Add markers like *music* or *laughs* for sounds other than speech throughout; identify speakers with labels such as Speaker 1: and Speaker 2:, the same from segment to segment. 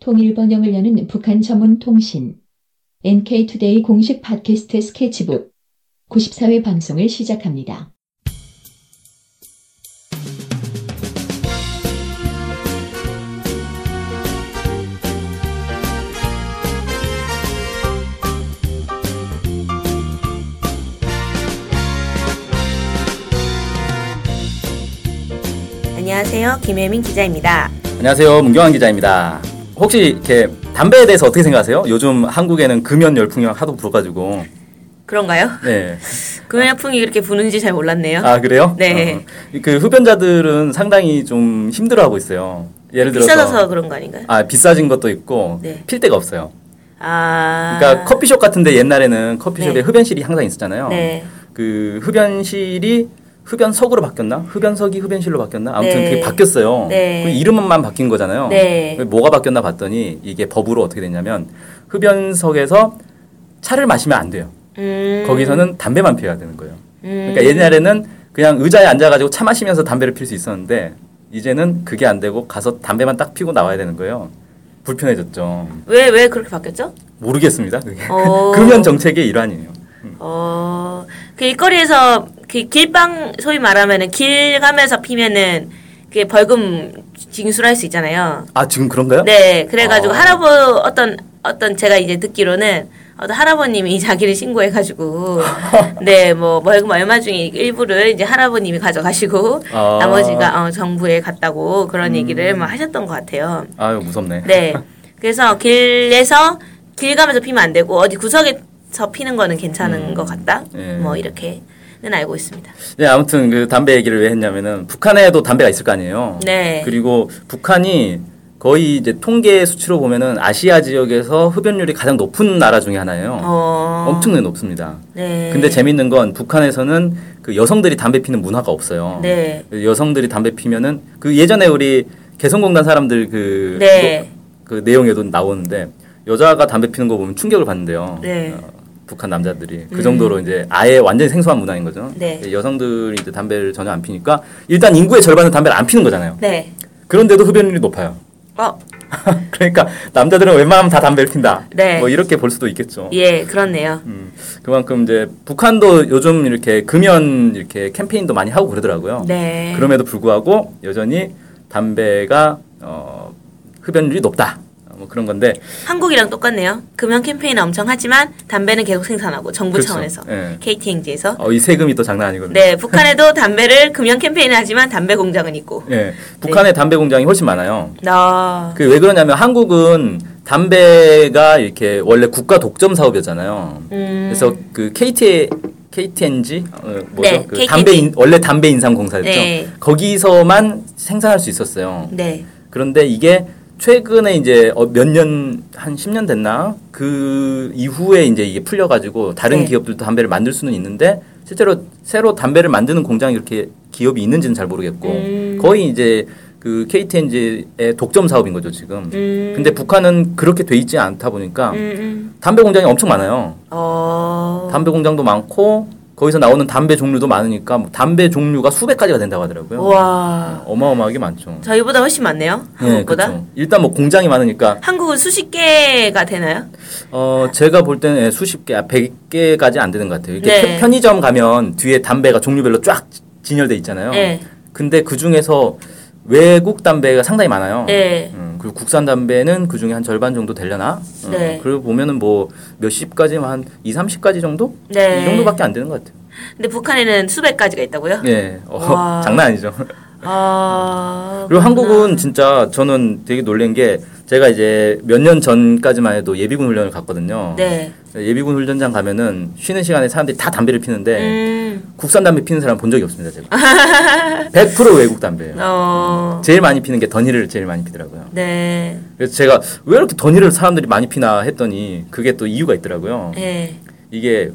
Speaker 1: 통일 번영을 여는 북한 전문 통신 NK투데이 공식 팟캐스트 스케치북 94회 방송을 시작합니다.
Speaker 2: 안녕하세요. 김혜민 기자입니다.
Speaker 3: 안녕하세요. 문경환 기자입니다. 혹시 이렇게 담배에 대해서 어떻게 생각하세요? 요즘 한국에는 금연 열풍이랑 하도 불어가지고.
Speaker 2: 그런가요?
Speaker 3: 네.
Speaker 2: 금연풍이 *laughs* 그렇게 부는지 잘 몰랐네요.
Speaker 3: 아, 그래요?
Speaker 2: 네.
Speaker 3: 어, 그 흡연자들은 상당히 좀 힘들어하고 있어요. 예를 들어서.
Speaker 2: 비싸져서 그런 거 아닌가요?
Speaker 3: 아, 비싸진 것도 있고.
Speaker 2: 네.
Speaker 3: 필 데가 없어요.
Speaker 2: 아.
Speaker 3: 그러니까 어. 커피숍 같은데 옛날에는 커피숍에
Speaker 2: 네.
Speaker 3: 흡연실이 항상 있었잖아요.
Speaker 2: 네.
Speaker 3: 그 흡연실이 흡연석으로 바뀌었나? 흡연석이 흡연실로 바뀌었나? 아무튼
Speaker 2: 네.
Speaker 3: 그게 바뀌었어요.
Speaker 2: 네.
Speaker 3: 그 이름만 바뀐 거잖아요.
Speaker 2: 네.
Speaker 3: 뭐가 바뀌었나 봤더니 이게 법으로 어떻게 됐냐면 흡연석에서 차를 마시면 안 돼요.
Speaker 2: 음.
Speaker 3: 거기서는 담배만 피워야 되는 거예요.
Speaker 2: 음.
Speaker 3: 그러니까 옛날에는 그냥 의자에 앉아가지고 차 마시면서 담배를 피울 수 있었는데 이제는 그게 안 되고 가서 담배만 딱 피고 나와야 되는 거예요. 불편해졌죠.
Speaker 2: 왜, 왜 그렇게 바뀌었죠?
Speaker 3: 모르겠습니다. *laughs* 그게
Speaker 2: 어.
Speaker 3: 금연 정책의 일환이에요.
Speaker 2: 어. 그 일거리에서 그 길방, 소위 말하면은 길 가면서 피면은 그게 벌금 징수할 를수 있잖아요.
Speaker 3: 아 지금 *laughs* 그런가요?
Speaker 2: 네. 그래가지고
Speaker 3: 어.
Speaker 2: 할아버 어떤, 어떤 제가 이제 듣기로는 어떤 할아버님이 *laughs* 자기를 신고해가지고
Speaker 3: *laughs*
Speaker 2: 네 뭐 벌금 얼마 중에 일부를 이제 할아버님이 가져가시고
Speaker 3: 아. 음.
Speaker 2: 나머지가 어, 정부에 갔다고 그런 얘기를 뭐 하셨던 것 같아요.
Speaker 3: 아유 무섭네. *laughs*
Speaker 2: 네. 그래서 길에서 길 가면서 피면 안 되고 어디 구석에서 피는 거는 괜찮은 것 같다.
Speaker 3: 예.
Speaker 2: 뭐 이렇게는 알고 있습니다.
Speaker 3: 네, 아무튼 그 담배 얘기를 왜 했냐면은 북한에도 담배가 있을 거 아니에요.
Speaker 2: 네.
Speaker 3: 그리고 북한이 거의 이제 통계 수치로 보면은 아시아 지역에서 흡연율이 가장 높은 나라 중에 하나예요.
Speaker 2: 어.
Speaker 3: 엄청나게 높습니다.
Speaker 2: 네.
Speaker 3: 근데 재밌는 건 북한에서는 그 여성들이 담배 피는 문화가 없어요. 그
Speaker 2: 네.
Speaker 3: 여성들이 담배 피면은 그 예전에 우리 개성공단 사람들 그,
Speaker 2: 네.
Speaker 3: 그 내용에도 나오는데 여자가 담배 피는 거 보면 충격을 받는데요.
Speaker 2: 네.
Speaker 3: 어, 북한 남자들이 그 정도로 이제 아예 완전히 생소한 문화인 거죠.
Speaker 2: 음.
Speaker 3: 그
Speaker 2: 네.
Speaker 3: 여성들이 이제 담배를 전혀 안 피니까 일단 인구의 절반은 담배를 안 피는 거잖아요.
Speaker 2: 네.
Speaker 3: 그런데도 흡연율이 높아요. *laughs*
Speaker 2: 어.
Speaker 3: 그러니까 남자들은 웬만하면 다 담배를 핀다.
Speaker 2: 네.
Speaker 3: 뭐 이렇게 볼 수도 있겠죠.
Speaker 2: 예, 그렇네요.
Speaker 3: 음, 그만큼 이제 북한도 요즘 이렇게 금연 이렇게 캠페인도 많이 하고 그러더라고요.
Speaker 2: 네.
Speaker 3: 그럼에도 불구하고 여전히 담배가 어, 흡연율이 높다. 어, 뭐 그런 건데
Speaker 2: 한국이랑 똑같네요. 금연 캠페인 엄청 하지만 담배는 계속 생산하고 정부
Speaker 3: 그렇죠.
Speaker 2: 차원에서
Speaker 3: 예.
Speaker 2: KT 행지에서
Speaker 3: 어, 이 세금이 또 장난 아니거든요.
Speaker 2: 네, 북한에도 담배를 금연 캠페인을 하지만 담배 공장은 있고.
Speaker 3: 예,
Speaker 2: 네.
Speaker 3: 북한의 담배 공장이 훨씬 많아요.
Speaker 2: 아,
Speaker 3: 그 왜 그러냐면 한국은 담배가 이렇게 원래 국가 독점 사업이었잖아요.
Speaker 2: 음.
Speaker 3: 그래서 그 KT KTNG 어, 뭐죠?
Speaker 2: 네,
Speaker 3: 그
Speaker 2: KTNG.
Speaker 3: 담배 인, 원래 담배 인상 공사였죠.
Speaker 2: 네.
Speaker 3: 거기서만 생산할 수 있었어요.
Speaker 2: 네.
Speaker 3: 그런데 이게 최근에 이제 어, 몇 년 한 10년 됐나? 그 이후에 이제 이게 풀려 가지고 다른
Speaker 2: 네.
Speaker 3: 기업들도 담배를 만들 수는 있는데 실제로 새로 담배를 만드는 공장이 이렇게 기업이 있는지는 잘 모르겠고
Speaker 2: 음.
Speaker 3: 거의 이제 그 KTNG의 독점 사업인 거죠, 지금.
Speaker 2: 음.
Speaker 3: 근데 북한은 그렇게 돼 있지 않다 보니까
Speaker 2: 음, 음.
Speaker 3: 담배 공장이 엄청 많아요.
Speaker 2: 어.
Speaker 3: 담배 공장도 많고 거기서 나오는 담배 종류도 많으니까 뭐 담배 종류가 수백 가지가 된다고 하더라고요.
Speaker 2: 어. 와.
Speaker 3: 어마어마하게 많죠.
Speaker 2: 저희보다 훨씬 많네요.
Speaker 3: 네,
Speaker 2: 한국보다.
Speaker 3: 그렇죠. 일단 뭐 공장이 많으니까
Speaker 2: 한국은 수십 개가 되나요?
Speaker 3: 어 제가 볼 때는 예, 수십 개, 아, 백 개까지 안 되는 것 같아요. 이렇게
Speaker 2: 네.
Speaker 3: 편- 편의점 가면 뒤에 담배가 종류별로 쫙 진열돼 있잖아요.
Speaker 2: 네.
Speaker 3: 근데 그 중에서 외국 담배가 상당히 많아요.
Speaker 2: 네.
Speaker 3: 음, 그리고 국산 담배는 그 중에 한 절반 정도 되려나? 음,
Speaker 2: 네.
Speaker 3: 그리고 보면은 뭐 몇십까지 한 2, 30까지 정도?
Speaker 2: 네.
Speaker 3: 이 정도밖에 안 되는 것 같아요.
Speaker 2: 근데 북한에는 수백 가지가 있다고요?
Speaker 3: 예. 어,
Speaker 2: 와.
Speaker 3: *laughs* 장난 아니죠.
Speaker 2: 아.
Speaker 3: 그리고 한국은 진짜 저는 되게 놀란 게 제가 이제 몇 년 전까지만 해도 예비군 훈련을 갔거든요.
Speaker 2: 네.
Speaker 3: 예비군 훈련장 가면은 쉬는 시간에 사람들이 다 담배를 피는데
Speaker 2: 음.
Speaker 3: 국산 담배 피는 사람 본 적이 없습니다, 제가. 100% 외국 담배예요.
Speaker 2: 어.
Speaker 3: 제일 많이 피는 게 더니를 제일 많이 피더라고요.
Speaker 2: 네.
Speaker 3: 그래서 제가 왜 이렇게 더니를 사람들이 많이 피나 했더니 그게 또 이유가 있더라고요.
Speaker 2: 네.
Speaker 3: 이게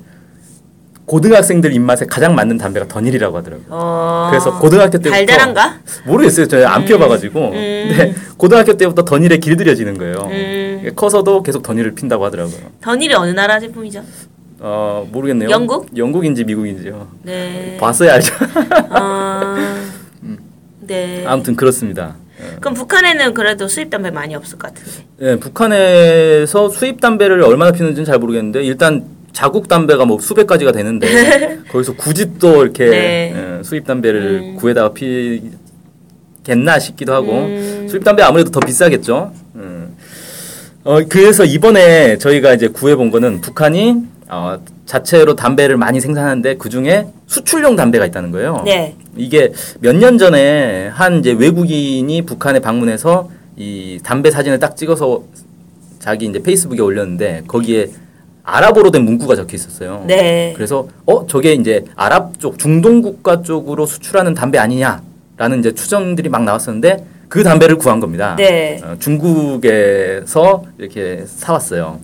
Speaker 3: 고등학생들 입맛에 가장 맞는 담배가 더닐이라고 하더라고요.
Speaker 2: 어.
Speaker 3: 그래서 고등학교 때부터
Speaker 2: 달달한가? 음.
Speaker 3: 모르겠어요. 저는 안 피워봐가지고. 근데 고등학교 때부터 더닐에 길들여지는 거예요.
Speaker 2: 음.
Speaker 3: 커서도 계속 더닐을 핀다고 하더라고요.
Speaker 2: 던일이 어느 나라 제품이죠?
Speaker 3: 어 모르겠네요.
Speaker 2: 영국?
Speaker 3: 영국인지 미국인지요.
Speaker 2: 네.
Speaker 3: 봤어야 알죠.
Speaker 2: 아. 네.
Speaker 3: 음. *laughs* 아무튼 그렇습니다.
Speaker 2: 그럼 북한에는 그래도 수입 담배 많이 없을 것 같은데.
Speaker 3: 예, 북한에서 수입 담배를 얼마나 피는지는 잘 모르겠는데 일단 자국 담배가 뭐 수백
Speaker 2: *laughs*
Speaker 3: 가지가 되는데 거기서 굳이 또 이렇게
Speaker 2: 네.
Speaker 3: 예, 수입 담배를 구해다가 피겠나 싶기도 하고
Speaker 2: 음.
Speaker 3: 수입 담배 아무래도 더 비싸겠죠. 음. 어, 그래서 이번에 저희가 이제 구해본 거는 북한이 어, 자체로 담배를 많이 생산하는데 그 중에 수출용 담배가 있다는 거예요.
Speaker 2: 네.
Speaker 3: 이게 몇 년 전에 한 이제 외국인이 북한에 방문해서 이 담배 사진을 딱 찍어서 자기 이제 페이스북에 올렸는데 거기에 아랍어로 된 문구가 적혀 있었어요.
Speaker 2: 네.
Speaker 3: 그래서 어 저게 이제 아랍 쪽 중동 국가 쪽으로 수출하는 담배 아니냐라는 이제 추정들이 막 나왔었는데 그 담배를 구한 겁니다.
Speaker 2: 네.
Speaker 3: 어, 중국에서 이렇게 사왔어요.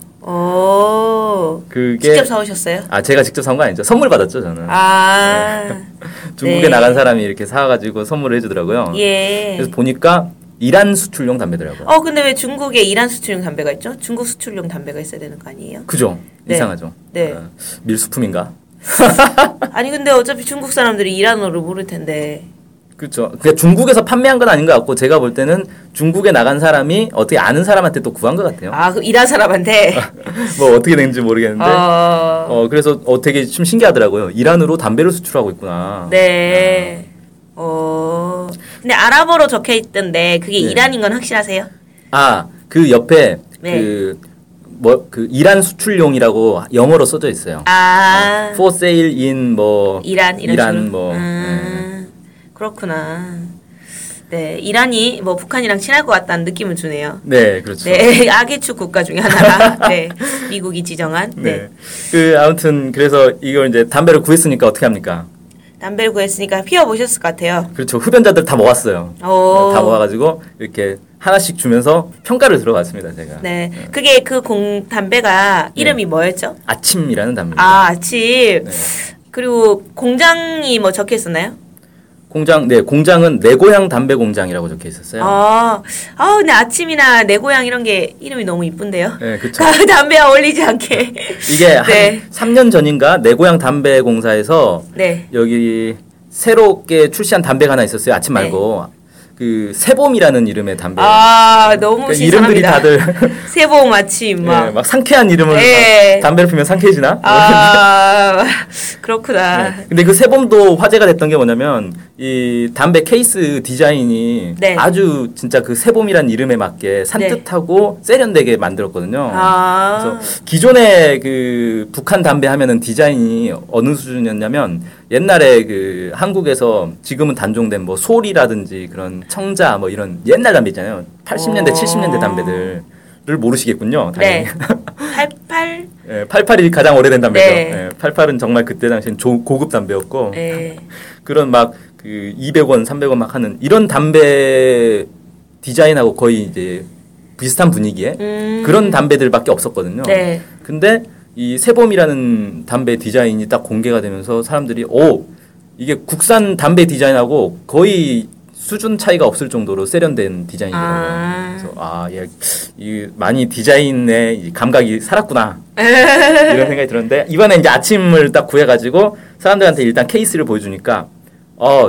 Speaker 2: 오.
Speaker 3: 그게
Speaker 2: 직접 사오셨어요?
Speaker 3: 아 제가 직접 산 거 아니죠? 선물 받았죠 저는.
Speaker 2: 아.
Speaker 3: 중국에
Speaker 2: 네.
Speaker 3: 나간 사람이 이렇게 사가지고 선물을 해주더라고요.
Speaker 2: 예.
Speaker 3: 네. 그래서 보니까 이란 수출용 담배더라고요.
Speaker 2: 어, 근데 왜 중국에 이란 수출용 담배가 있죠? 중국 수출용 담배가 있어야 되는 거 아니에요?
Speaker 3: 그죠?
Speaker 2: 네.
Speaker 3: 이상하죠.
Speaker 2: 네.
Speaker 3: 어, 밀수품인가?
Speaker 2: 아니, 근데 어차피 중국 사람들이 이란어를 모를 텐데.
Speaker 3: 그렇죠. 그러니까 중국에서 판매한 건 아닌 것 같고 제가 볼 때는 중국에 나간 사람이 어떻게 아는 사람한테 또 구한 것 같아요.
Speaker 2: 아, 그 이란 사람한테?
Speaker 3: 뭐 어떻게 된지 모르겠는데. 어...
Speaker 2: 어.
Speaker 3: 그래서 어 되게 좀 신기하더라고요. 이란으로 담배를 수출하고 있구나.
Speaker 2: 네.
Speaker 3: 아.
Speaker 2: 어. 근데 아랍어로 적혀 있던데 그게
Speaker 3: 네.
Speaker 2: 이란인 건 확실하세요?
Speaker 3: 아, 그 옆에
Speaker 2: 네.
Speaker 3: 그 뭐 그 이란 수출용이라고 영어로 써져 있어요.
Speaker 2: 아.
Speaker 3: for sale in 뭐
Speaker 2: 이란 이런 식으로?
Speaker 3: 이란 뭐
Speaker 2: 아,
Speaker 3: 네.
Speaker 2: 그렇구나. 네, 이란이 뭐 북한이랑 친할 것 같다는 느낌을 주네요.
Speaker 3: 네, 그렇죠.
Speaker 2: *laughs* 네, 악의축 국가 중에
Speaker 3: *laughs*
Speaker 2: 하나라. 네, 미국이 지정한. 네.
Speaker 3: 네. 그 아무튼 그래서 이걸 이제 담배를 구했으니까 어떻게 합니까?
Speaker 2: 담배를 구했으니까 피워 보셨을 것 같아요.
Speaker 3: 그렇죠. 흡연자들 다 모았어요.
Speaker 2: 오.
Speaker 3: 네, 다 모아가지고 이렇게 하나씩 주면서 평가를 들어봤습니다. 제가
Speaker 2: 네, 그게 그 공 담배가
Speaker 3: 네.
Speaker 2: 이름이 뭐였죠?
Speaker 3: 아침이라는 담배.
Speaker 2: 아,
Speaker 3: 네.
Speaker 2: 아침. 그리고 공장이 뭐 적혀 있었나요?
Speaker 3: 공장 네 공장은 내 고향 담배 공장이라고 적혀 있었어요.
Speaker 2: 아, 아, 근데 아침이나 내 고향 이런 게 이름이 너무 이쁜데요.
Speaker 3: 네, 그렇죠.
Speaker 2: 그 *laughs* 담배와 어울리지
Speaker 3: *laughs*
Speaker 2: 않게.
Speaker 3: 이게 한
Speaker 2: 네.
Speaker 3: 3년 전인가 내 고향 담배 공사에서
Speaker 2: 네.
Speaker 3: 여기 새롭게 출시한 담배가 하나 있었어요. 아침 말고 그 세봄이라는 이름의 담배.
Speaker 2: 네. 아 너무
Speaker 3: 그러니까 이름들이
Speaker 2: 신선합니다.
Speaker 3: 다들
Speaker 2: 새봄 아침 *laughs* 막.
Speaker 3: 예, 막 상쾌한 이름을
Speaker 2: 예.
Speaker 3: 막 담배를 피면 상쾌해지나?
Speaker 2: 아 *laughs* 그렇구나.
Speaker 3: 네. 근데 그 세범도 화제가 됐던 게 뭐냐면 이 담배 케이스 디자인이
Speaker 2: 네.
Speaker 3: 아주 진짜 그 세범이란 이름에 맞게 산뜻하고 세련되게 만들었거든요.
Speaker 2: 네. 아
Speaker 3: 그래서 기존의 그 북한 담배 하면은 디자인이 어느 수준이었냐면 옛날에 그 한국에서 지금은 단종된 뭐 소리라든지 그런 청자 뭐 이런 옛날 담배 있잖아요. 80년대,
Speaker 2: 어.
Speaker 3: 70년대 담배들을 모르시겠군요. 당연히.
Speaker 2: 네. *laughs* 팔팔.
Speaker 3: 예, 88이 가장 오래된 담배죠.
Speaker 2: 네.
Speaker 3: 예, 88은 정말 그때 당시엔 조, 고급 담배였고
Speaker 2: 네.
Speaker 3: 그런 막 그 200원, 300원 막 하는 이런 담배 디자인하고 거의 이제 비슷한 분위기에
Speaker 2: 음.
Speaker 3: 그런 담배들밖에 없었거든요.
Speaker 2: 네.
Speaker 3: 근데 이 세범이라는 담배 디자인이 딱 공개가 되면서 사람들이 오 이게 국산 담배 디자인하고 거의 수준 차이가 없을 정도로 세련된 디자인이더라고요.
Speaker 2: 아.
Speaker 3: 그래서 아, 예, 이 많이 디자인의 이
Speaker 2: *laughs*
Speaker 3: 감각이 살았구나. 이런 생각이 들었는데 이번에 이제 아침을 딱 구해가지고 사람들한테 일단 케이스를 보여주니까 어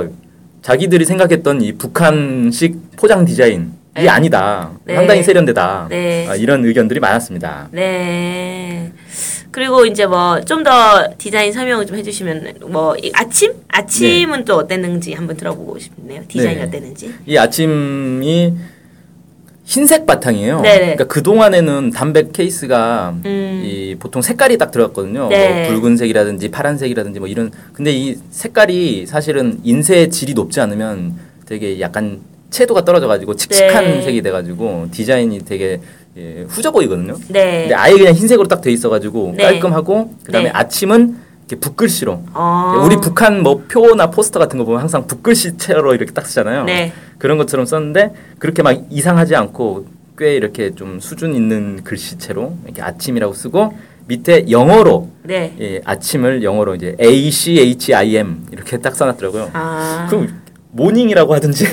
Speaker 3: 자기들이 생각했던 이 북한식 포장 디자인
Speaker 2: 네.
Speaker 3: 이 아니다
Speaker 2: 네.
Speaker 3: 상당히 세련되다
Speaker 2: 네.
Speaker 3: 아, 이런 의견들이 많았습니다.
Speaker 2: 네. 그리고 이제 뭐 좀 더 디자인 설명을 좀 해주시면 뭐이 아침 아침은 또 어땠는지 한번 들어보고 싶네요. 디자인이
Speaker 3: 네.
Speaker 2: 어땠는지.
Speaker 3: 이 아침이 흰색 바탕이에요.
Speaker 2: 네네.
Speaker 3: 그러니까 그 동안에는 담배 케이스가
Speaker 2: 음.
Speaker 3: 이 보통 색깔이 딱 들어갔거든요.
Speaker 2: 네.
Speaker 3: 뭐 붉은색이라든지 파란색이라든지 뭐 이런. 근데 이 색깔이 사실은 인쇄 질이 높지 않으면 되게 약간 채도가 떨어져가지고 칙칙한
Speaker 2: 네.
Speaker 3: 색이 돼가지고 디자인이 되게 예, 후져 보이거든요.
Speaker 2: 네.
Speaker 3: 근데 아예 그냥 흰색으로 딱 돼 있어가지고
Speaker 2: 네.
Speaker 3: 깔끔하고 그다음에
Speaker 2: 네.
Speaker 3: 아침은 이렇게 붓글씨로
Speaker 2: 어.
Speaker 3: 우리 북한 뭐 표나 포스터 같은 거 보면 항상 붓글씨체로 이렇게 딱 쓰잖아요.
Speaker 2: 네.
Speaker 3: 그런 것처럼 썼는데 그렇게 막 이상하지 않고 꽤 이렇게 좀 수준 있는 글씨체로 이렇게 아침이라고 쓰고 밑에 영어로
Speaker 2: 네.
Speaker 3: 예, 아침을 영어로 이제 A C H I M 이렇게 딱 써놨더라고요.
Speaker 2: 아.
Speaker 3: 그럼 모닝이라고 하든지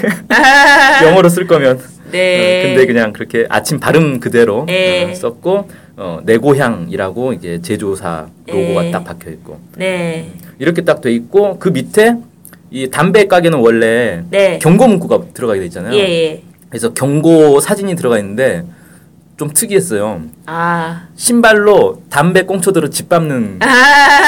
Speaker 3: *laughs* 영어로 쓸 거면
Speaker 2: 네.
Speaker 3: 어, 근데 그냥 그렇게 아침 발음 그대로
Speaker 2: 네.
Speaker 3: 어, 썼고 어, 내 고향이라고 이제 제조사 로고가
Speaker 2: 네.
Speaker 3: 딱 박혀 있고
Speaker 2: 네.
Speaker 3: 이렇게 딱 돼 있고 그 밑에 이 담배 가게는 원래
Speaker 2: 네.
Speaker 3: 경고 문구가 들어가게 돼 있잖아요.
Speaker 2: 예, 예.
Speaker 3: 그래서 경고 사진이 들어가 있는데 좀 특이했어요.
Speaker 2: 아.
Speaker 3: 신발로 담배 꽁초들을 짓밟는
Speaker 2: *laughs*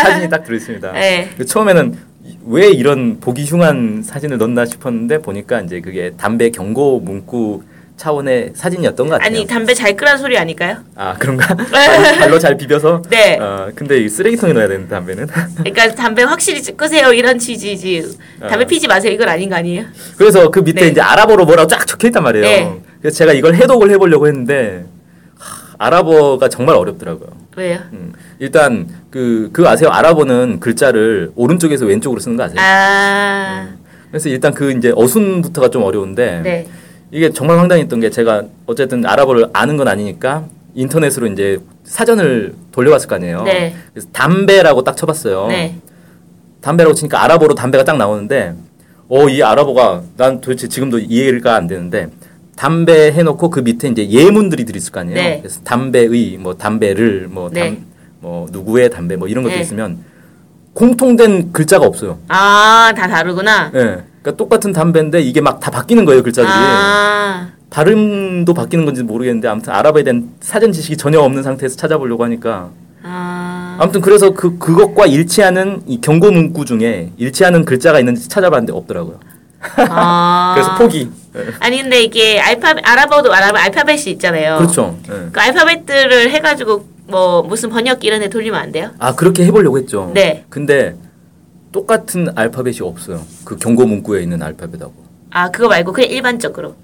Speaker 3: 사진이 딱 들어있습니다.
Speaker 2: 예.
Speaker 3: 그 처음에는 이- 왜 이런 보기 흉한 사진을 넣나 싶었는데 보니까 이제 그게 담배 경고 문구 차원의 사진이었던 것 같아요.
Speaker 2: 아니, 담배 잘 끄란 소리 아닐까요?
Speaker 3: 아 그런가? *laughs* 발로- 발로 잘 비벼서.
Speaker 2: 네.
Speaker 3: 어, 근데 이 쓰레기통에 넣어야 되는 담배는. *laughs*
Speaker 2: 그러니까 담배 확실히 끄세요 이런 취지지. 담배
Speaker 3: 어.
Speaker 2: 피지 마세요 이건 아닌 거 아니에요?
Speaker 3: 그래서 그 밑에
Speaker 2: 네.
Speaker 3: 이제 아랍어로 뭐라고 쫙 적혀 있단 말이에요.
Speaker 2: 네.
Speaker 3: 그래서 제가 이걸 해독을 해보려고 했는데 하, 아랍어가 정말 어렵더라고요.
Speaker 2: 왜요?
Speaker 3: 음, 일단 그, 그 아세요? 아랍어는 글자를 오른쪽에서 왼쪽으로 쓰는 거 아세요?
Speaker 2: 아,
Speaker 3: 그래서 일단 그 이제 어순부터가 좀 어려운데
Speaker 2: 네.
Speaker 3: 이게 정말 황당했던 게 제가 어쨌든 아랍어를 아는 건 아니니까 인터넷으로 이제 사전을 돌려봤을 거 아니에요.
Speaker 2: 네.
Speaker 3: 그래서 담배라고 딱 어. 쳐봤어요.
Speaker 2: 네.
Speaker 3: 담배라고 치니까 아랍어로 담배가 딱 나오는데 어 이 아랍어가 난 도대체 지금도 이해가 안 되는데 담배 해놓고 그 밑에 이제 예문들이 들어있을 거 아니에요.
Speaker 2: 네.
Speaker 3: 그래서 담배의 뭐 담배를 뭐, 담,
Speaker 2: 네.
Speaker 3: 뭐 누구의 담배 뭐 이런 것도
Speaker 2: 네.
Speaker 3: 있으면 공통된 글자가 없어요.
Speaker 2: 아, 다 다르구나.
Speaker 3: 예. 그러니까 똑같은 담배인데 이게 막 다 바뀌는 거예요 글자들이.
Speaker 2: 아,
Speaker 3: 발음도 바뀌는 건지 모르겠는데 아무튼 아랍에 대한 사전 지식이 전혀 없는 상태에서 찾아보려고 하니까
Speaker 2: 아,
Speaker 3: 아무튼 그래서 그 그것과 일치하는 이 경고 문구 중에 일치하는 글자가 있는지 찾아봤는데 없더라고요.
Speaker 2: 아.
Speaker 3: 그래서 포기. 예.
Speaker 2: 아니 근데 이게 알파벳 아랍어도 말하면 알파벳이 있잖아요.
Speaker 3: 그렇죠. 예.
Speaker 2: 그 알파벳들을 해가지고 뭐 무슨 번역기 이런 데 돌리면 안 돼요?
Speaker 3: 아 그렇게 해보려고 했죠.
Speaker 2: 네.
Speaker 3: 근데 똑같은 알파벳이 없어요. 그 경고 문구에 있는 알파벳하고.
Speaker 2: 아 그거 말고 그냥 일반적으로.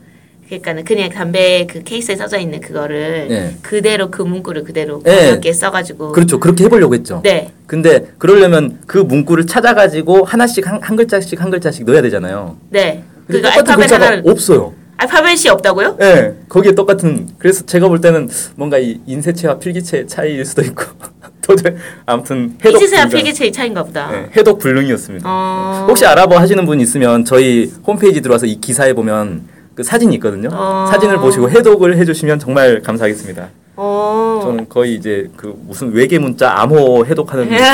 Speaker 2: 그러니까는 그냥 담배 그 케이스에 써져 있는 그거를
Speaker 3: 네.
Speaker 2: 그대로 그 문구를 그대로
Speaker 3: 네.
Speaker 2: 번역기에 써가지고.
Speaker 3: 그렇죠. 그렇게 해보려고 했죠.
Speaker 2: 네.
Speaker 3: 근데 그러려면 그 문구를 찾아가지고 하나씩 한, 한 글자씩 한 글자씩 넣어야 되잖아요.
Speaker 2: 네.
Speaker 3: 근데
Speaker 2: 그거
Speaker 3: 똑같은
Speaker 2: 알파벳
Speaker 3: 글자가
Speaker 2: 하나를
Speaker 3: 없어요.
Speaker 2: 알파벳이 없다고요?
Speaker 3: 예, 거기에 똑같은. 그래서 제가 볼 때는 뭔가 이 인쇄체와 필기체의 차이일 수도 있고. *laughs* 도저히 아무튼 해독
Speaker 2: 이지세와
Speaker 3: 불가-
Speaker 2: 필기체의 차인가 보다.
Speaker 3: 예, 해독 불능이었습니다.
Speaker 2: 아. 어.
Speaker 3: 혹시 아랍어 하시는 분 있으면 저희 홈페이지 들어와서 이 기사에 보면 그 사진이 있거든요.
Speaker 2: 어.
Speaker 3: 사진을 보시고 해독을 해주시면 정말 감사하겠습니다.
Speaker 2: 어.
Speaker 3: 저는 거의 이제 그 무슨 외계 문자 암호
Speaker 2: *laughs*
Speaker 3: 해독하는 느낌인데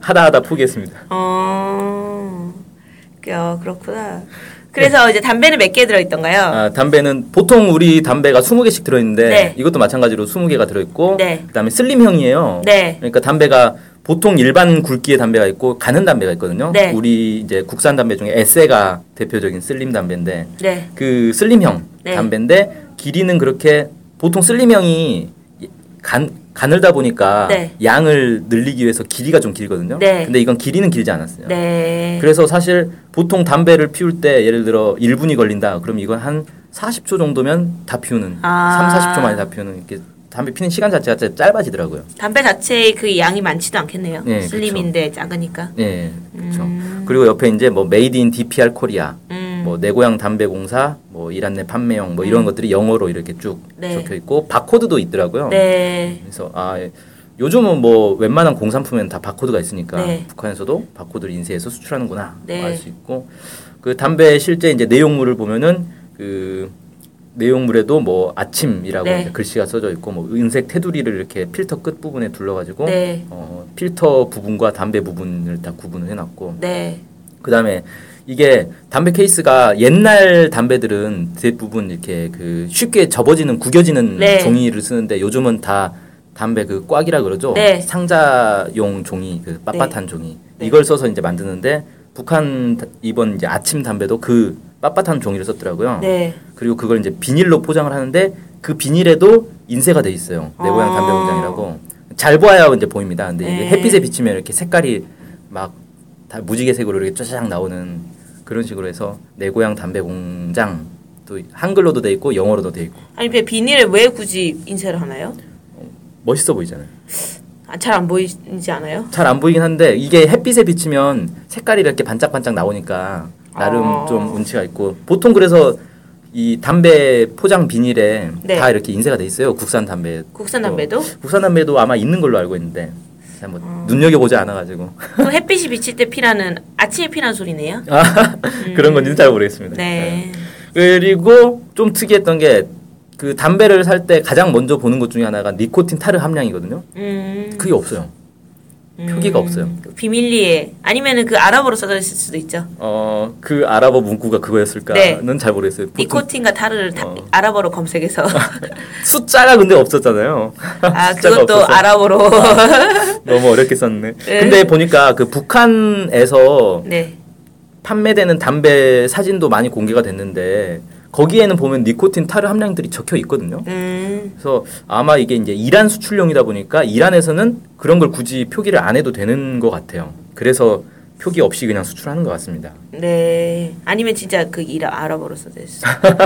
Speaker 3: 하다 하다 포기했습니다.
Speaker 2: 어. 어, 그렇구나. 그래서 이제 담배는 몇 개 들어있던가요?
Speaker 3: 아, 담배는 보통 우리 담배가 20개씩 들어있는데
Speaker 2: 네.
Speaker 3: 이것도 마찬가지로 20개가 들어있고
Speaker 2: 네.
Speaker 3: 그다음에 슬림형이에요.
Speaker 2: 네.
Speaker 3: 그러니까 담배가 보통 일반 굵기의 담배가 있고 가는 담배가 있거든요.
Speaker 2: 네.
Speaker 3: 우리 이제 국산 담배 중에 에세가 대표적인 슬림 담배인데
Speaker 2: 네.
Speaker 3: 그 슬림형
Speaker 2: 네.
Speaker 3: 담배인데 길이는 그렇게 보통 슬림형이 간 가늘다 보니까
Speaker 2: 네.
Speaker 3: 양을 늘리기 위해서 길이가 좀 길거든요.
Speaker 2: 네.
Speaker 3: 근데 이건 길이는 길지 않았어요.
Speaker 2: 네.
Speaker 3: 그래서 사실 보통 담배를 피울 때 예를 들어 1분이 걸린다. 그럼 이건 한 40초 정도면 다 피우는
Speaker 2: 아.
Speaker 3: 3, 40초 만에 다 피우는 이렇게 담배 피는 시간 자체가 진짜 짧아지더라고요.
Speaker 2: 담배 자체의 그 양이 많지도 않겠네요.
Speaker 3: 네,
Speaker 2: 슬림인데 작으니까.
Speaker 3: 예. 그렇죠. 그리고 옆에 이제 뭐 메이드 인 DPR 코리아
Speaker 2: 음.
Speaker 3: 뭐 내 고향 담배 공사, 뭐 이란 내 판매형, 뭐 이런 것들이 영어로 이렇게 쭉
Speaker 2: 네.
Speaker 3: 적혀 있고 바코드도 있더라고요.
Speaker 2: 네.
Speaker 3: 그래서 아 예. 요즘은 뭐 웬만한 공산품에는 다 바코드가 있으니까
Speaker 2: 네.
Speaker 3: 북한에서도 바코드를 인쇄해서 수출하는구나 뭐
Speaker 2: 네.
Speaker 3: 알 수 있고 그 담배 실제 이제 내용물을 보면은 그 내용물에도 뭐 아침이라고
Speaker 2: 네.
Speaker 3: 이제 글씨가 써져 있고 뭐 은색 테두리를 이렇게 필터 끝 부분에 둘러가지고
Speaker 2: 네.
Speaker 3: 어, 필터 부분과 담배 부분을 다 구분을 해놨고
Speaker 2: 네.
Speaker 3: 그다음에 이게 담배 케이스가 옛날 담배들은 대부분 이렇게 그 쉽게 접어지는 구겨지는
Speaker 2: 네.
Speaker 3: 종이를 쓰는데 요즘은 다 담배 그 꽉이라 그러죠.
Speaker 2: 네.
Speaker 3: 상자용 종이 그 빳빳한 종이
Speaker 2: 네.
Speaker 3: 이걸 써서 이제 만드는데 북한 다- 이번 이제 아침 담배도 그 빳빳한 종이를 썼더라고요.
Speaker 2: 네.
Speaker 3: 그리고 그걸 이제 비닐로 포장을 하는데 그 비닐에도 인쇄가 돼 있어요. 내 고향
Speaker 2: 어.
Speaker 3: 담배 공장이라고. 잘 보아야 이제 보입니다. 근데 이게
Speaker 2: 네.
Speaker 3: 햇빛에 비치면 이렇게 색깔이 막 다 무지개색으로 이렇게 쫙 나오는 그런 식으로 해서 내 고향 담배 공장 또 한글로도 돼 있고 영어로도 돼 있고
Speaker 2: 아니 왜 비닐을 왜 굳이 인쇄를 하나요?
Speaker 3: 멋있어 보이잖아요.
Speaker 2: 아, 잘 안 보이지 않아요?
Speaker 3: 잘 안 보이긴 한데 이게 햇빛에 비치면 색깔이 이렇게 반짝반짝 나오니까 나름
Speaker 2: 아.
Speaker 3: 좀 운치가 있고 보통 그래서 이 담배 포장 비닐에
Speaker 2: 네.
Speaker 3: 다 이렇게 인쇄가 돼 있어요. 국산 담배
Speaker 2: 국산
Speaker 3: 또
Speaker 2: 담배도?
Speaker 3: *laughs* 부산 남매도 아마 있는 걸로 알고 있는데 제가 뭐
Speaker 2: 음.
Speaker 3: 눈여겨보지 않아가지고
Speaker 2: 그 햇빛이 비칠 때 피라는 아침에 피라는 소리네요.
Speaker 3: 아, *laughs* 그런 건지는 잘 모르겠습니다.
Speaker 2: 음. 네.
Speaker 3: 그리고 좀 특이했던 게 그 담배를 살 때 가장 먼저 보는 것 중에 하나가 니코틴 타르 함량이거든요.
Speaker 2: 음.
Speaker 3: 그게 없어요. 표기가 네. 없어요.
Speaker 2: 그 비밀리에 아니면은 그 아랍어로 써져 있을 수도 있죠.
Speaker 3: 어, 그 아랍어 문구가 그거였을까는 잘 모르겠어요. 보통
Speaker 2: 네. 니코틴과 타르를 다-
Speaker 3: 어.
Speaker 2: 아랍어로
Speaker 3: *laughs*
Speaker 2: 검색해서
Speaker 3: 숫자가 근데 없었잖아요. *laughs*
Speaker 2: 아
Speaker 3: 숫자가
Speaker 2: 그것도
Speaker 3: 없어서
Speaker 2: 아랍어로
Speaker 3: 너무 어렵게 썼네.
Speaker 2: 네.
Speaker 3: 근데 보니까 그
Speaker 2: *laughs*
Speaker 3: 북한에서
Speaker 2: 네
Speaker 3: 판매되는 담배 사진도 많이 공개가 됐는데 거기에는 보면 니코틴 타르 함량들이 적혀 있거든요.
Speaker 2: 음,
Speaker 3: 그래서 아마 이게 이제 이란 수출용이다 보니까 이란에서는 그런 걸 굳이 표기를 안 해도 되는 것 같아요. 그래서 표기 없이 그냥 수출하는 것
Speaker 2: *laughs*
Speaker 3: 같습니다.
Speaker 2: 네 아니면 진짜 그 이라 아랍어로 써져
Speaker 3: *laughs*
Speaker 2: 있어.
Speaker 3: 뭐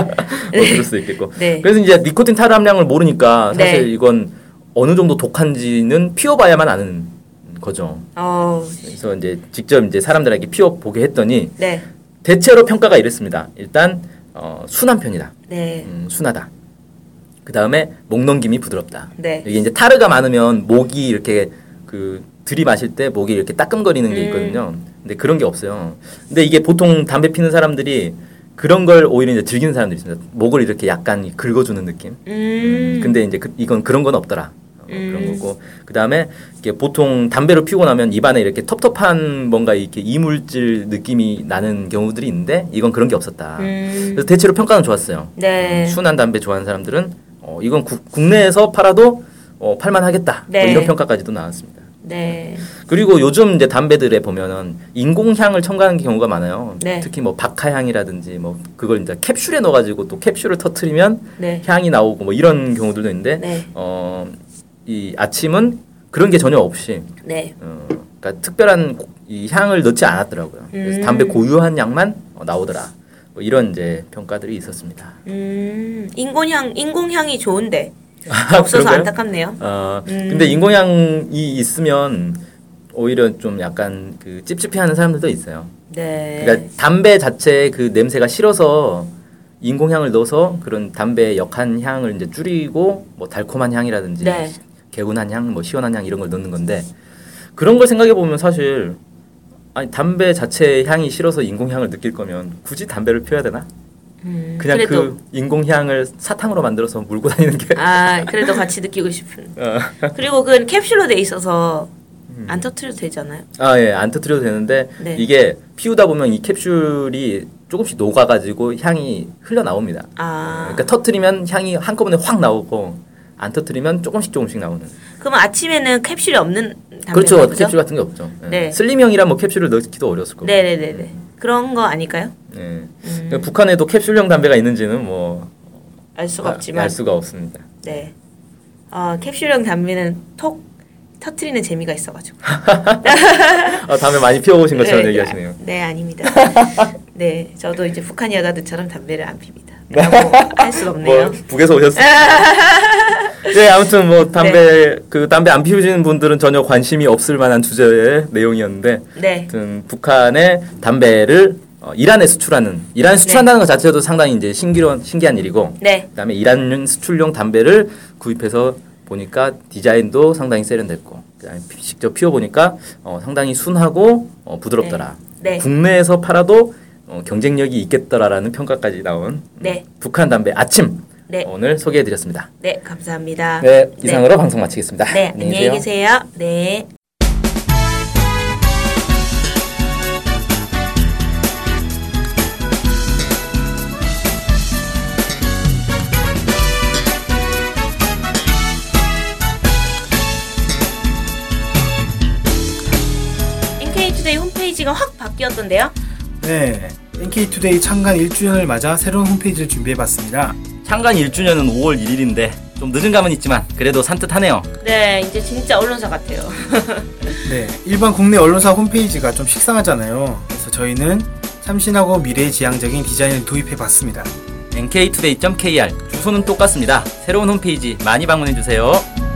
Speaker 3: 그럴 수도 있겠고.
Speaker 2: 네.
Speaker 3: 그래서 이제 니코틴 타르 함량을 모르니까 사실
Speaker 2: 네.
Speaker 3: 이건 어느 정도 독한지는 피워봐야만 아는 거죠.
Speaker 2: 어,
Speaker 3: 그래서 이제 직접 이제 사람들에게 피워보게 했더니
Speaker 2: 네,
Speaker 3: 대체로 평가가 이랬습니다. 일단 어, 순한 편이다.
Speaker 2: 네,
Speaker 3: 음, 순하다. 그 다음에 목 넘김이 부드럽다.
Speaker 2: 네.
Speaker 3: 이게 이제 타르가 많으면 목이 이렇게 그 들이마실 때 목이 이렇게 따끔거리는 게
Speaker 2: 음.
Speaker 3: 있거든요. 근데 그런 게 없어요. 근데 이게 보통 담배 피는 사람들이 그런 걸 오히려 이제 즐기는 사람들이 있습니다. 목을 이렇게 약간 긁어주는 느낌.
Speaker 2: 음,
Speaker 3: 근데 이제 그- 이건 그런 건 없더라. 어, 그런
Speaker 2: 음.
Speaker 3: 거고 그 다음에 이게 보통 담배를 피우고 나면 입안에 이렇게 텁텁한 뭔가 이렇게 이물질 느낌이 나는 경우들이 있는데 이건 그런 게 없었다.
Speaker 2: 음,
Speaker 3: 아, 그래서 대체로 평가는 좋았어요.
Speaker 2: 네.
Speaker 3: 음, 순한 담배 좋아하는 사람들은 어, 이건 국- 국내에서 팔아도 어, 팔만하겠다. 뭐
Speaker 2: 네.
Speaker 3: 이런 평가까지도 나왔습니다.
Speaker 2: 네,
Speaker 3: 그리고 요즘 이제 담배들에 보면은 인공향을 첨가하는 경우가 많아요.
Speaker 2: 네.
Speaker 3: 특히 뭐 박하향이라든지 뭐 그걸 이제 캡슐에 넣어가지고 또 캡슐을 터트리면
Speaker 2: 네,
Speaker 3: 향이 나오고 뭐 이런 경우들도 있는데
Speaker 2: 네,
Speaker 3: 어, 이 아침은 그런 게 전혀 없이
Speaker 2: 네,
Speaker 3: 어, 그러니까 특별한 고- 이 향을 넣지 않았더라고요. 그래서
Speaker 2: 음.
Speaker 3: 담배 고유한 향만 어, 나오더라. 뭐 이런 이제 평가들이 있었습니다.
Speaker 2: 음, 인공향, 인공향이 좋은데
Speaker 3: 아,
Speaker 2: 없어서
Speaker 3: 그런가요?
Speaker 2: 안타깝네요.
Speaker 3: 아,
Speaker 2: 음.
Speaker 3: 근데 인공향이 있으면 오히려 좀 약간 그 찝찝해하는 사람들도 있어요.
Speaker 2: 네,
Speaker 3: 그러니까 담배 자체의 그 냄새가 싫어서 인공향을 넣어서 그런 담배의 역한 향을 이제 줄이고 뭐 달콤한 향이라든지
Speaker 2: 네.
Speaker 3: 개운한 향, 뭐 시원한 향 이런 걸 넣는 건데 그런 걸 생각해 보면 사실 아니 담배 자체의 향이 싫어서 인공향을 느낄 거면 굳이 담배를 피워야 되나?
Speaker 2: 음,
Speaker 3: 그냥 그
Speaker 2: 그래도
Speaker 3: 인공향을 사탕으로 만들어서 물고 다니는 게
Speaker 2: 아 그래도 같이 느끼고 싶은.
Speaker 3: *laughs* 어. 음.
Speaker 2: 그리고 그건 캡슐로 돼 있어서 안 터트려도 되잖아요.
Speaker 3: 아, 예, 안 터트려도 되는데
Speaker 2: 네.
Speaker 3: 이게 피우다 보면 이 캡슐이 조금씩 녹아가지고 향이 흘러나옵니다.
Speaker 2: 아
Speaker 3: 그러니까 터트리면 향이 한꺼번에 확 나오고 안 터트리면 조금씩 조금씩 나오는.
Speaker 2: 그럼 아침에는 캡슐이 없는 담배
Speaker 3: 그렇죠. 캡슐 같은 게 없죠. 예.
Speaker 2: 네.
Speaker 3: 슬림형이라 뭐 캡슐을 넣기도 어려웠을 거고.
Speaker 2: 네네네네 음. 그런 거 아닐까요?
Speaker 3: 예. 그러니까 북한에도 캡슐형 담배가 있는지는 뭐
Speaker 2: 알 수가
Speaker 3: 아,
Speaker 2: 없지만
Speaker 3: 알 수가 없습니다.
Speaker 2: 네. 어, 캡슐형 담배는 톡 터트리는 재미가 있어가지고.
Speaker 3: 아, 담배 많이 피워보신 것처럼
Speaker 2: 네,
Speaker 3: 얘기하시네요.
Speaker 2: 아, 네
Speaker 3: *laughs*
Speaker 2: 아닙니다. 네 저도 이제 북한 여자들처럼 담배를 안 핍니다.
Speaker 3: 네.
Speaker 2: 라고 할 수가 없네요.
Speaker 3: 뭐
Speaker 2: *laughs*
Speaker 3: 북에서 오셨어요. 네, 아무튼 뭐 담배
Speaker 2: 네.
Speaker 3: 그 담배 안 피우시는 분들은 전혀 관심이 없을 만한 주제의 내용이었는데
Speaker 2: 네.
Speaker 3: 아무튼 그 북한의 담배를 어, 이란에 수출하는 이란 수출한다는 것 자체도 상당히 이제 신기한 신기한 일이고
Speaker 2: 네.
Speaker 3: 그다음에 이란 수출용 담배를 구입해서 보니까 디자인도 상당히 세련됐고 그다음에 피- 직접 피워 보니까 어, 상당히 순하고 어, 부드럽더라.
Speaker 2: 네.
Speaker 3: 국내에서 팔아도 어, 경쟁력이 있겠더라라는 평가까지 나온
Speaker 2: 네.
Speaker 3: 북한 담배 아침
Speaker 2: 네.
Speaker 3: 오늘 소개해드렸습니다.
Speaker 2: 네. 감사합니다.
Speaker 3: 네 이상으로 방송 마치겠습니다.
Speaker 2: 네. 네. 안녕히 계세요. 네. NK투데이 홈페이지가 확 바뀌었던데요.
Speaker 4: 네, NK투데이 창간 1주년을 맞아 새로운 홈페이지를 준비해봤습니다.
Speaker 3: 창간 1주년은 5월 1일인데 좀 늦은 감은 있지만 그래도 산뜻하네요.
Speaker 2: 네, 이제 진짜 언론사 같아요.
Speaker 4: 네, 일반 국내 언론사 홈페이지가 좀 식상하잖아요. 그래서 저희는 참신하고 미래지향적인 디자인을 도입해봤습니다.
Speaker 3: nktoday.kr 주소는 똑같습니다. 새로운 홈페이지 많이 방문해주세요.